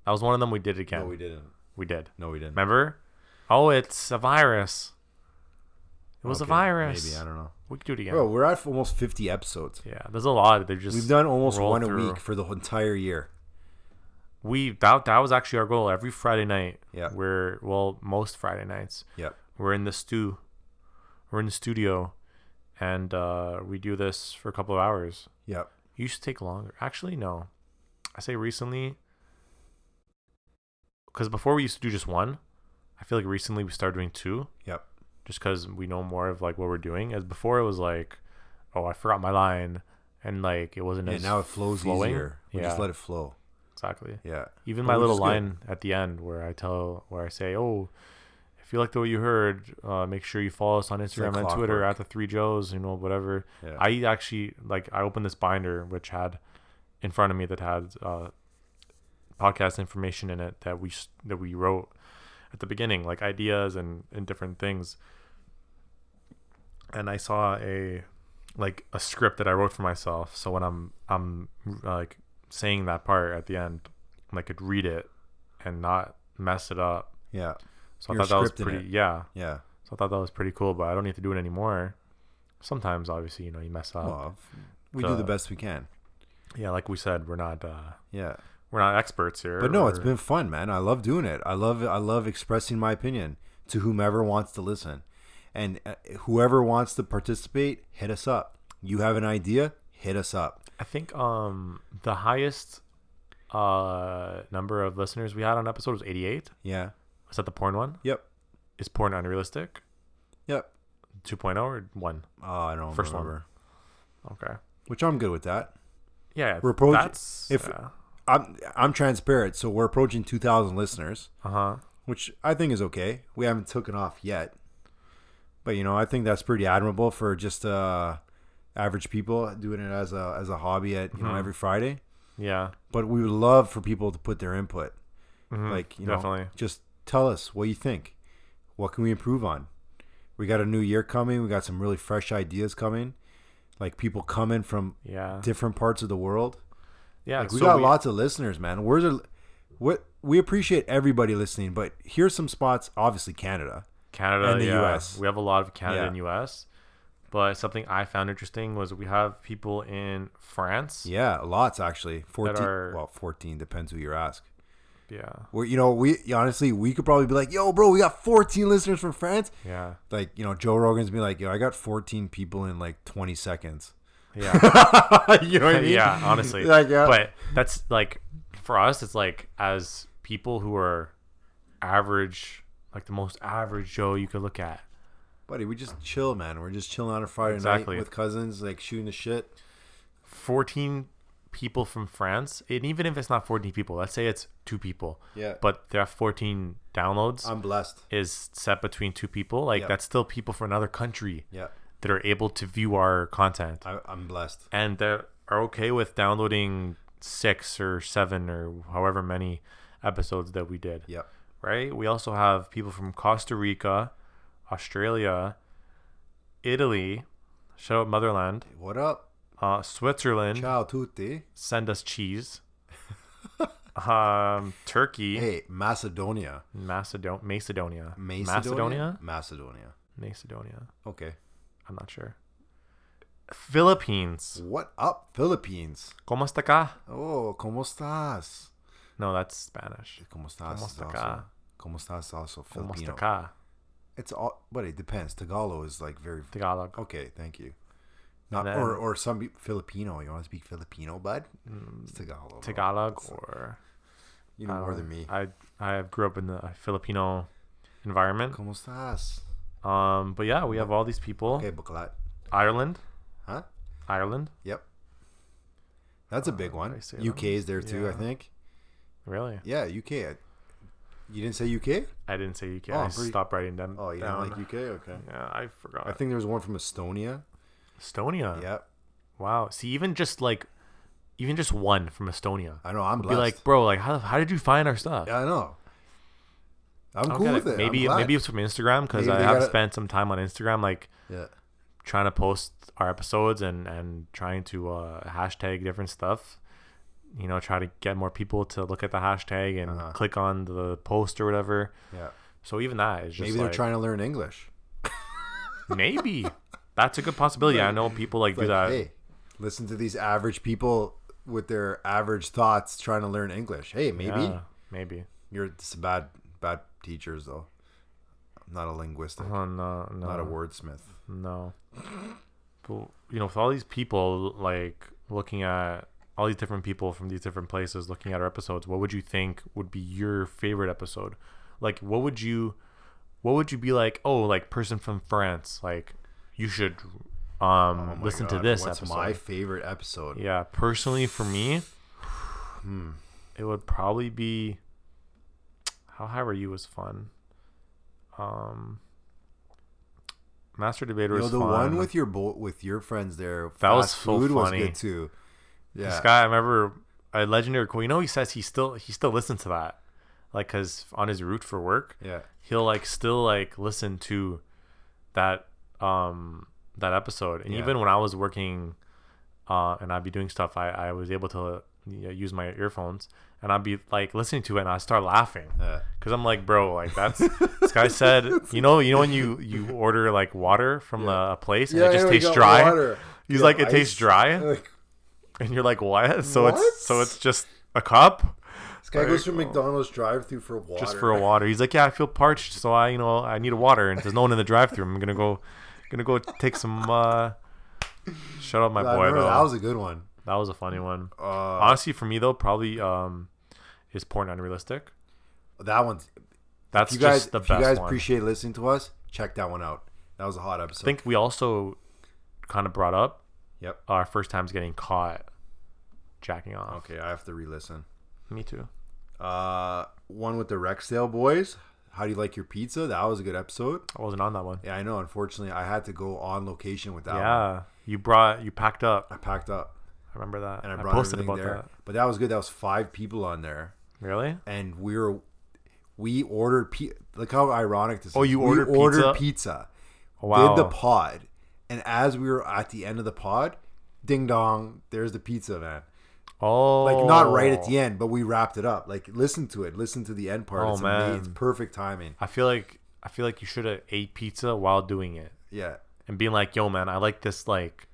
Speaker 2: That was one of them. We did it again.
Speaker 1: No, we
Speaker 2: we,
Speaker 1: didn't.
Speaker 2: did.
Speaker 1: No, we didn't.
Speaker 2: Remember? Oh, it's a virus. It was a
Speaker 1: Okay,
Speaker 2: virus.
Speaker 1: Maybe I don't know.
Speaker 2: We could do it again.
Speaker 1: Bro, we're at almost 50 episodes.
Speaker 2: yeah, there's a lot. They just
Speaker 1: We've done almost
Speaker 2: roll
Speaker 1: one a
Speaker 2: through.
Speaker 1: week for the whole entire year.
Speaker 2: We that that was actually our goal. Every Friday night,
Speaker 1: Yeah.
Speaker 2: we're well most Friday nights,
Speaker 1: Yep.
Speaker 2: we're in the stew we're in the studio and uh, we do this for a couple of hours
Speaker 1: Yep.
Speaker 2: it used to take longer actually no i say recently because before we used to do just one i feel like recently we started doing two
Speaker 1: Yep.
Speaker 2: just because we know more of like what we're doing as before it was like oh i forgot my line and like it wasn't
Speaker 1: Yeah,
Speaker 2: as
Speaker 1: now it flows
Speaker 2: flowing.
Speaker 1: easier. We
Speaker 2: yeah,
Speaker 1: just let it flow.
Speaker 2: exactly
Speaker 1: Yeah.
Speaker 2: even
Speaker 1: But
Speaker 2: my
Speaker 1: which
Speaker 2: little
Speaker 1: is good.
Speaker 2: line at the end where I tell where I say, "Oh, if you liked what you heard, uh, make sure you follow us on
Speaker 1: like
Speaker 2: Instagram and Twitter
Speaker 1: clockwork.
Speaker 2: at the Three Joes, you know, whatever."
Speaker 1: Yeah.
Speaker 2: I actually like I opened this binder which had in front of me that had uh, podcast information in it that we s- that we wrote at the beginning, like ideas and and different things. And I saw a like a script that I wrote for myself. So when I'm I'm like saying that part at the end, and I could read it and not mess it up.
Speaker 1: Yeah.
Speaker 2: So
Speaker 1: You're
Speaker 2: I thought that was
Speaker 1: scripting
Speaker 2: pretty
Speaker 1: it.
Speaker 2: yeah.
Speaker 1: Yeah.
Speaker 2: So I thought that was pretty cool, but I don't need to do it anymore. Sometimes obviously, you know, you mess up.
Speaker 1: Well, we do
Speaker 2: Oh. the-
Speaker 1: the best we can.
Speaker 2: yeah, like we said, we're not uh
Speaker 1: Yeah.
Speaker 2: we're not experts here.
Speaker 1: But no, it's
Speaker 2: We're-
Speaker 1: been fun, man. I love doing it. I love I love expressing my opinion to whomever wants to listen. And uh, whoever wants to participate, hit us up. You have an idea? Hit us up.
Speaker 2: I think um the highest uh number of listeners we had on episode was 88.
Speaker 1: Yeah.
Speaker 2: Was that the porn one?
Speaker 1: Yep.
Speaker 2: Is porn unrealistic?
Speaker 1: Yep.
Speaker 2: 2.0 or 1?
Speaker 1: Oh, I don't
Speaker 2: First one.
Speaker 1: remember.
Speaker 2: Okay.
Speaker 1: Which I'm good with that.
Speaker 2: Yeah.
Speaker 1: We're approaching-
Speaker 2: that's
Speaker 1: if-
Speaker 2: yeah.
Speaker 1: I'm I'm transparent, so we're approaching 2,000 listeners,
Speaker 2: Uh-huh.
Speaker 1: which I think is okay. We haven't taken off yet, but you know I think that's pretty admirable for just uh, average people doing it as a as a hobby at you
Speaker 2: Mm-hmm.
Speaker 1: know every Friday.
Speaker 2: Yeah.
Speaker 1: But we would love for people to put their input, like you know,
Speaker 2: Mm-hmm. definitely.
Speaker 1: just tell us what you think. What can we improve on? We got a new year coming. We got some really fresh ideas coming, like people coming from
Speaker 2: Yeah.
Speaker 1: different parts of the world.
Speaker 2: yeah.
Speaker 1: Like we
Speaker 2: so
Speaker 1: got lots of listeners, man. Where's a what we appreciate everybody listening, but here's some spots. Obviously, Canada.
Speaker 2: Canada
Speaker 1: and the
Speaker 2: yeah.
Speaker 1: US.
Speaker 2: We have a lot of Canada
Speaker 1: Yeah.
Speaker 2: and US. But something I found interesting was we have people in France.
Speaker 1: Yeah, lots actually. Fourteen.
Speaker 2: are-
Speaker 1: Well, fourteen depends who you ask.
Speaker 2: Yeah.
Speaker 1: Well, you know, we honestly we could probably be like, yo, bro, we got fourteen listeners from France. <laughs>
Speaker 2: Yeah.
Speaker 1: Like, you know, Joe Rogan's been like, yo, I got fourteen people in like twenty seconds. <laughs>
Speaker 2: Yeah.
Speaker 1: you know what I mean?
Speaker 2: <laughs> yeah, honestly.
Speaker 1: <laughs> Like, yeah.
Speaker 2: But that's like for us it's like as people who are average like the most average Joe you could look at.
Speaker 1: buddy, we just chill, man. We're just chilling on a Friday
Speaker 2: Exactly.
Speaker 1: night with cousins, like shooting the shit.
Speaker 2: 14 people from France, and even if it's not 14 people, let's say it's two people.
Speaker 1: Yeah.
Speaker 2: But there are 14 downloads
Speaker 1: I'm blessed.
Speaker 2: is set between two people. Like
Speaker 1: Yeah.
Speaker 2: that's still people from another country
Speaker 1: Yeah,
Speaker 2: that are able to view our content
Speaker 1: I, I'm blessed.
Speaker 2: and they are okay with downloading six or seven or however many episodes that we did.
Speaker 1: Yep.
Speaker 2: Right? We also have people from Costa Rica, Australia, Italy, shout out Motherland,
Speaker 1: What up?
Speaker 2: uh, Switzerland,
Speaker 1: Ciao tutti.
Speaker 2: send
Speaker 1: <laughs>
Speaker 2: us cheese. um, Turkey,
Speaker 1: Hey, Macedonia.
Speaker 2: Macedon- Macedonia.
Speaker 1: Macedonia?
Speaker 2: Macedonia,
Speaker 1: Macedonia.
Speaker 2: Macedonia.
Speaker 1: Okay.
Speaker 2: I'm not sure. Philippines,
Speaker 1: What up, Philippines?
Speaker 2: ¿Cómo está acá?
Speaker 1: Oh, como estás?
Speaker 2: No, that's Spanish.
Speaker 1: Como estás?
Speaker 2: Como
Speaker 1: is also,
Speaker 2: está acá?
Speaker 1: como estás is also
Speaker 2: ¿Cómo está
Speaker 1: Filipino.
Speaker 2: acá?
Speaker 1: It's all, but it depends. Tagalog is like very.
Speaker 2: Tagalog.
Speaker 1: Okay, thank you. Not
Speaker 2: then-
Speaker 1: or or some be- Filipino. You want to speak Filipino, bud? It's Tagalog.
Speaker 2: Mm, Tagalog or
Speaker 1: You know more
Speaker 2: um,
Speaker 1: than me.
Speaker 2: I I grew up in the Filipino environment.
Speaker 1: Como estás?
Speaker 2: Um, but yeah, we have all these people.
Speaker 1: Okay, buklat.
Speaker 2: Ireland,
Speaker 1: Huh?
Speaker 2: Ireland,
Speaker 1: Yep. That's a big
Speaker 2: Uh, I
Speaker 1: one.
Speaker 2: see that
Speaker 1: UK is there too, I
Speaker 2: Yeah.
Speaker 1: think.
Speaker 2: really?
Speaker 1: Yeah, UK. I- You didn't say UK?
Speaker 2: I didn't say UK.
Speaker 1: Oh,
Speaker 2: I
Speaker 1: I'm pretty-
Speaker 2: stopped writing them.
Speaker 1: Oh, you
Speaker 2: down.
Speaker 1: don't like UK? Okay.
Speaker 2: Yeah, I forgot.
Speaker 1: I think there was one from Estonia.
Speaker 2: Estonia.
Speaker 1: Yep.
Speaker 2: Wow. See, even just like, even just one from Estonia.
Speaker 1: I know. I'm
Speaker 2: be
Speaker 1: blessed.
Speaker 2: like, bro, like how, how did you find our stuff?
Speaker 1: yeah, I know. I'm
Speaker 2: Okay,
Speaker 1: cool
Speaker 2: like,
Speaker 1: with it. I'm
Speaker 2: Maybe
Speaker 1: glad.
Speaker 2: maybe it's from Instagram because
Speaker 1: Maybe
Speaker 2: I
Speaker 1: they
Speaker 2: have
Speaker 1: gotta-
Speaker 2: spent some time on Instagram, like
Speaker 1: Yeah.
Speaker 2: trying to post our episodes and and trying to uh, hashtag different stuff. You know, try to get more people to look at the hashtag and
Speaker 1: Uh-huh.
Speaker 2: click on the post or whatever.
Speaker 1: Yeah.
Speaker 2: So even that is just
Speaker 1: Maybe they're
Speaker 2: like-
Speaker 1: trying to learn English.
Speaker 2: Maybe that's a good possibility. I know people like do
Speaker 1: Like,
Speaker 2: that.
Speaker 1: hey, listen to these average people with their average thoughts trying to learn English. Hey, maybe
Speaker 2: Yeah, maybe.
Speaker 1: you're just bad, bad teachers though. I'm not a linguist.
Speaker 2: Oh no, no,
Speaker 1: Not a wordsmith.
Speaker 2: No. But you know, with all these people like looking at all these different people from these different places looking at our episodes, what would you think would be your favorite episode? Like what would you what would you be like, oh, like person from France, like you should um
Speaker 1: Oh my
Speaker 2: listen
Speaker 1: God,
Speaker 2: to this
Speaker 1: what's
Speaker 2: episode.
Speaker 1: my favorite episode?
Speaker 2: yeah, personally for me hmm, it would probably be How High Were You was fun. Um Master Debater
Speaker 1: You know,
Speaker 2: was
Speaker 1: the
Speaker 2: fun.
Speaker 1: one with your bo- with your friends there.
Speaker 2: That was
Speaker 1: fast
Speaker 2: so
Speaker 1: food was
Speaker 2: funny.
Speaker 1: good too. Yeah,
Speaker 2: This guy, I remember a legendary quote. You know, he says he still he still listens to that, like, cause on his route for work,
Speaker 1: yeah,
Speaker 2: he'll like still like listen to that um that episode. And
Speaker 1: Yeah.
Speaker 2: even when I was working, uh, and I'd be doing stuff, I I was able to you know, use my earphones, and I'd be like listening to it, and I start laughing.
Speaker 1: yeah.
Speaker 2: Cause I'm like, bro, like that's
Speaker 1: <laughs>
Speaker 2: this guy said, you know, you know when you you order like water from a, a place and it just tastes dry. He's like, it
Speaker 1: <laughs>
Speaker 2: tastes dry, and you're like, what? So
Speaker 1: What?
Speaker 2: it's so it's just a cup
Speaker 1: This guy goes through
Speaker 2: Like,
Speaker 1: McDonald's drive-through for water.
Speaker 2: just for
Speaker 1: <laughs>
Speaker 2: a water. He's like, yeah, I feel parched, so I you know I need a water, and there's no one in the drive-through. I'm gonna go, gonna go take some. uh Shut up, my
Speaker 1: I
Speaker 2: boy.
Speaker 1: remember
Speaker 2: Though.
Speaker 1: that was a good one.
Speaker 2: a funny one.
Speaker 1: Uh,
Speaker 2: Honestly, for me though, probably um is porn unrealistic.
Speaker 1: that one's
Speaker 2: That's
Speaker 1: you guys,
Speaker 2: just the
Speaker 1: if
Speaker 2: best
Speaker 1: you guys
Speaker 2: one.
Speaker 1: appreciate listening to us, check that one out. That was a hot episode.
Speaker 2: I think we also kind of brought up
Speaker 1: yep.
Speaker 2: our first times getting caught jacking off.
Speaker 1: Okay, I have to re-listen.
Speaker 2: Me too.
Speaker 1: Uh, one with the Rexdale boys. How do you like your pizza? That was a good episode.
Speaker 2: I wasn't on that one.
Speaker 1: Yeah, I know. Unfortunately, I had to go on location with that. one.
Speaker 2: yeah. You brought you packed up.
Speaker 1: I packed up
Speaker 2: I remember that.
Speaker 1: and I
Speaker 2: I,
Speaker 1: brought
Speaker 2: posted
Speaker 1: everything
Speaker 2: about
Speaker 1: there. But that was good. That was five people on there,
Speaker 2: that. Really?
Speaker 1: and we were we ordered pizza. Look how ironic this
Speaker 2: Oh,
Speaker 1: is.
Speaker 2: you
Speaker 1: We
Speaker 2: ordered
Speaker 1: ordered
Speaker 2: pizza?
Speaker 1: pizza.
Speaker 2: Wow.
Speaker 1: Did the pod, and as we were at the end of the pod, ding dong, there's the pizza man.
Speaker 2: oh.
Speaker 1: like not right at the end, but we wrapped it up. Like listen to it, listen to the end part.
Speaker 2: Oh,
Speaker 1: it's amazing. It's
Speaker 2: man.
Speaker 1: perfect timing.
Speaker 2: I feel like I feel like you should have ate pizza while doing it
Speaker 1: Yeah,
Speaker 2: and being like, "Yo, man, I like this. Like,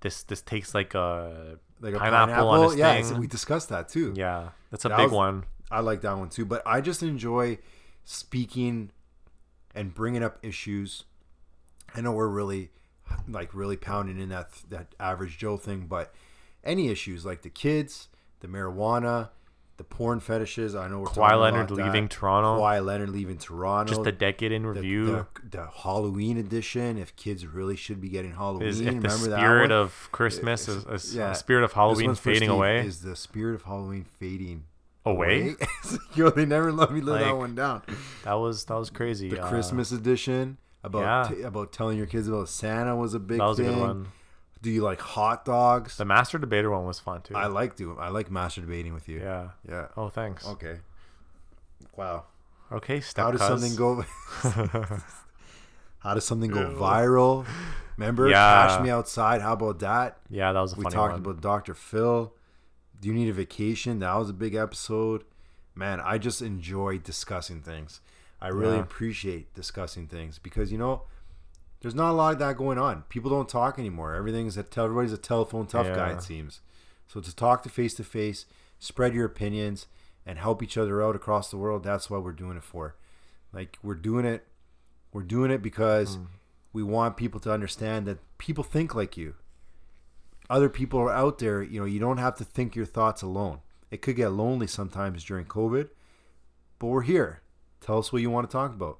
Speaker 2: this this takes like a
Speaker 1: like a
Speaker 2: Pineapple
Speaker 1: pineapple.
Speaker 2: on a
Speaker 1: yeah,
Speaker 2: sting.
Speaker 1: so we discussed that too.
Speaker 2: yeah. That's a
Speaker 1: That
Speaker 2: big
Speaker 1: was-
Speaker 2: one.
Speaker 1: I like that one too. But I just enjoy speaking and bringing up issues. I know we're really like really pounding in that that average Joe thing, but any issues like the kids, the marijuana, the porn fetishes. I know we're talking
Speaker 2: Kawhi
Speaker 1: about
Speaker 2: Leonard
Speaker 1: that.
Speaker 2: leaving Toronto.
Speaker 1: Kawhi Leonard leaving Toronto.
Speaker 2: Just the decade in
Speaker 1: the,
Speaker 2: review
Speaker 1: the- the Halloween edition. If kids really should be getting Halloween,
Speaker 2: is if
Speaker 1: remember
Speaker 2: the
Speaker 1: that
Speaker 2: spirit
Speaker 1: one?
Speaker 2: of Christmas is, is
Speaker 1: yeah.
Speaker 2: the spirit of
Speaker 1: This
Speaker 2: Halloween
Speaker 1: one's for
Speaker 2: fading
Speaker 1: Steve.
Speaker 2: away.
Speaker 1: Is the spirit of Halloween fading
Speaker 2: away.
Speaker 1: <laughs> Yo, they never let me let that
Speaker 2: Like,
Speaker 1: one down.
Speaker 2: That was that was crazy.
Speaker 1: The
Speaker 2: Uh,
Speaker 1: Christmas edition about
Speaker 2: yeah.
Speaker 1: t- about telling your kids about Santa was a big
Speaker 2: That was a
Speaker 1: thing.
Speaker 2: good one.
Speaker 1: Do you like hot dogs?
Speaker 2: The master debater one was fun too.
Speaker 1: I like doing. I like master debating with you.
Speaker 2: yeah.
Speaker 1: Yeah.
Speaker 2: Oh, thanks.
Speaker 1: Okay. Wow.
Speaker 2: Okay, step
Speaker 1: How does
Speaker 2: cuz.
Speaker 1: something
Speaker 2: <laughs>
Speaker 1: go? <laughs> How does something go viral? Remember,
Speaker 2: Yeah.
Speaker 1: cash me outside. How about that?
Speaker 2: Yeah, that was a
Speaker 1: We
Speaker 2: funny
Speaker 1: talked
Speaker 2: one.
Speaker 1: about Dr. Phil. Do you need a vacation? That was a big episode. Man, I just enjoy discussing things. I really
Speaker 2: Yeah.
Speaker 1: appreciate discussing things because you know, there's not a lot of that going on. People don't talk anymore. Everything's a tel- everybody's a telephone tough guy.
Speaker 2: Yeah.
Speaker 1: It seems. So to talk to face to face, spread your opinions, and help each other out across the world. That's what we're doing it for. Like we're doing it, we're doing it because we want people to understand that people think like you other people are out there. You know, you don't have to think your thoughts alone. It could get lonely sometimes during COVID, but we're here. Tell us what you want to talk about.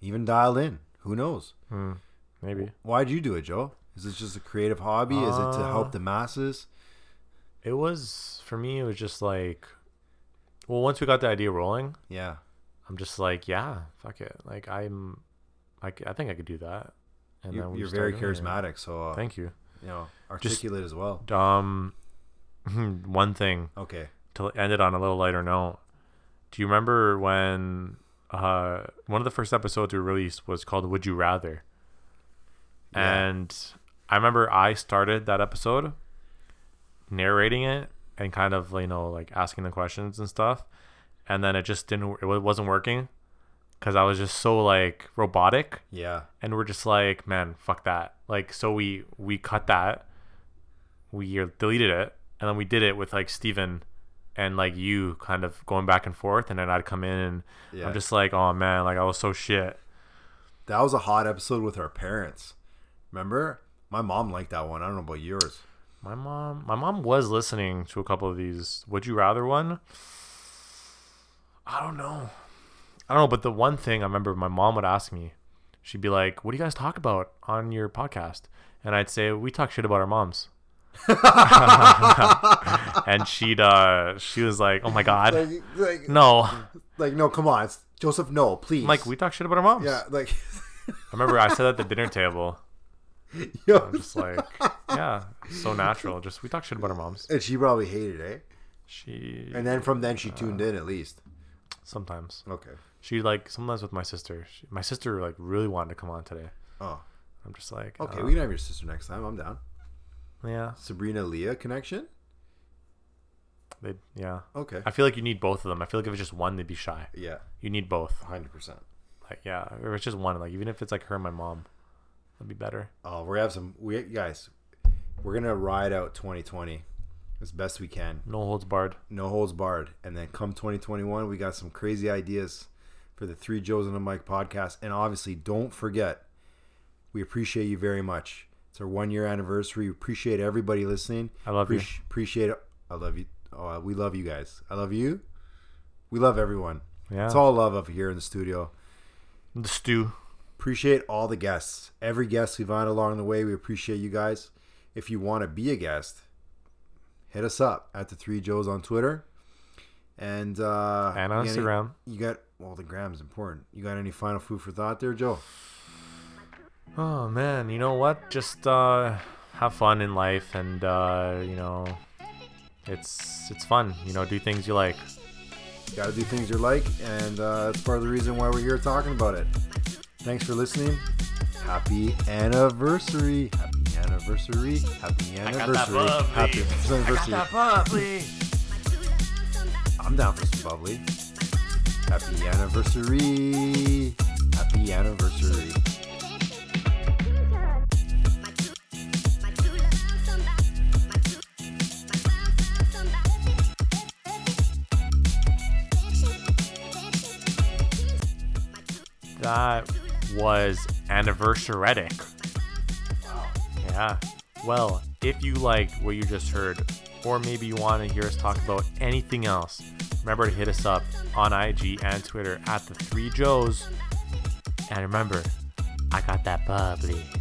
Speaker 1: Even dial in. Who knows?
Speaker 2: Maybe
Speaker 1: Why'd you do it, Joe? Is it just a creative hobby? Is it to
Speaker 2: Uh,
Speaker 1: help the masses?
Speaker 2: it was for me. It was just like, well, once we got the idea rolling,
Speaker 1: Yeah.
Speaker 2: I'm just like, yeah, fuck it. Like I'm, I, c- I think I could do that. And
Speaker 1: You,
Speaker 2: we
Speaker 1: you're
Speaker 2: just
Speaker 1: very
Speaker 2: started doing it.
Speaker 1: charismatic, so uh,
Speaker 2: Thank you.
Speaker 1: you know,
Speaker 2: Just-
Speaker 1: articulate as well.
Speaker 2: Um, <laughs> one thing
Speaker 1: Okay.
Speaker 2: to end it on a little lighter note. Do you remember when uh, one of the first episodes we released was called "Would You Rather"?
Speaker 1: Yeah.
Speaker 2: And I remember I started that episode narrating it and kind of you know like asking the questions and stuff, and then it just didn't it wa- wasn't working because I was just so like robotic
Speaker 1: Yeah.
Speaker 2: and we're just like, man, fuck that. Like, so we we cut that, we deleted it, and then we did it with like Steven and like you kind of going back and forth, and then I'd come in and
Speaker 1: Yeah.
Speaker 2: I'm just like, oh man, like I was so shit.
Speaker 1: That was a hot episode with our parents. Remember? My mom liked that one. I don't know about yours.
Speaker 2: My mom, my mom was listening to a couple of these. Would you rather one? I don't know. I don't know, but the one thing I remember my mom would ask me, she'd be like, "What do you guys talk about on your podcast?" And I'd say, "We talk shit about our moms." <laughs> and she'd uh she was like, "Oh my god.
Speaker 1: Like, like, no.
Speaker 2: No."
Speaker 1: like no, come on, it's, Joseph. No, please.
Speaker 2: I'm like, "We talk shit about our moms."
Speaker 1: yeah,
Speaker 2: <laughs>
Speaker 1: like,
Speaker 2: I remember I said that at the dinner table.
Speaker 1: yo,
Speaker 2: I'm just like, yeah, so natural. Just we talk shit about our moms.
Speaker 1: and she probably hated it. Eh?
Speaker 2: She
Speaker 1: And then from then she
Speaker 2: Uh,
Speaker 1: tuned in at least.
Speaker 2: sometimes
Speaker 1: Okay.
Speaker 2: She like sometimes with my sister. She, my sister like really wanted to come on today.
Speaker 1: Oh,
Speaker 2: I'm just like
Speaker 1: okay.
Speaker 2: uh,
Speaker 1: we can have your sister next time. I'm down.
Speaker 2: yeah,
Speaker 1: Sabrina Leah connection.
Speaker 2: they yeah.
Speaker 1: Okay.
Speaker 2: I feel like you need both of them. I feel like if it's just one, they'd be shy.
Speaker 1: yeah,
Speaker 2: You need both.
Speaker 1: hundred percent.
Speaker 2: Like yeah, if it's just one, like even if it's like her and my mom, that'd be better.
Speaker 1: Oh, we're gonna have some. We guys, we're gonna ride out 2020 as best we can.
Speaker 2: No holds barred.
Speaker 1: no holds barred. And then come 2021, we got some crazy ideas for the Three Joes and a Mic podcast. And obviously, don't forget, we appreciate you very much. It's our one year anniversary. We appreciate everybody listening.
Speaker 2: I love you.
Speaker 1: Appreci- Appreciate I love you. Oh, we love you guys. I love you. We love everyone.
Speaker 2: Yeah.
Speaker 1: It's all love up here in the studio.
Speaker 2: the stew.
Speaker 1: Appreciate all the guests. Every guest we've had along the way, we appreciate you guys. If you want to be a guest, hit us up at the Three Joes on Twitter and uh,
Speaker 2: And on
Speaker 1: you got any-
Speaker 2: Instagram.
Speaker 1: you got well, the gram's important. You got any final food for thought there, Joe?
Speaker 2: Oh man, you know what? Just uh, have fun in life, and uh, you know, it's it's fun. You know, do things you like.
Speaker 1: You got to do things you like, and uh, that's part of the reason why we're here talking about it. Thanks for listening. Happy anniversary! Happy anniversary! Happy anniversary! Happy anniversary! I'm down for some bubbly. Happy anniversary. Happy anniversary.
Speaker 2: That was anniversaretic. Yeah. Well, if you liked what you just heard, or maybe you want to hear us talk about anything else, remember to hit us up on IG and Twitter at the Three Joes. And remember, I got that bubbly.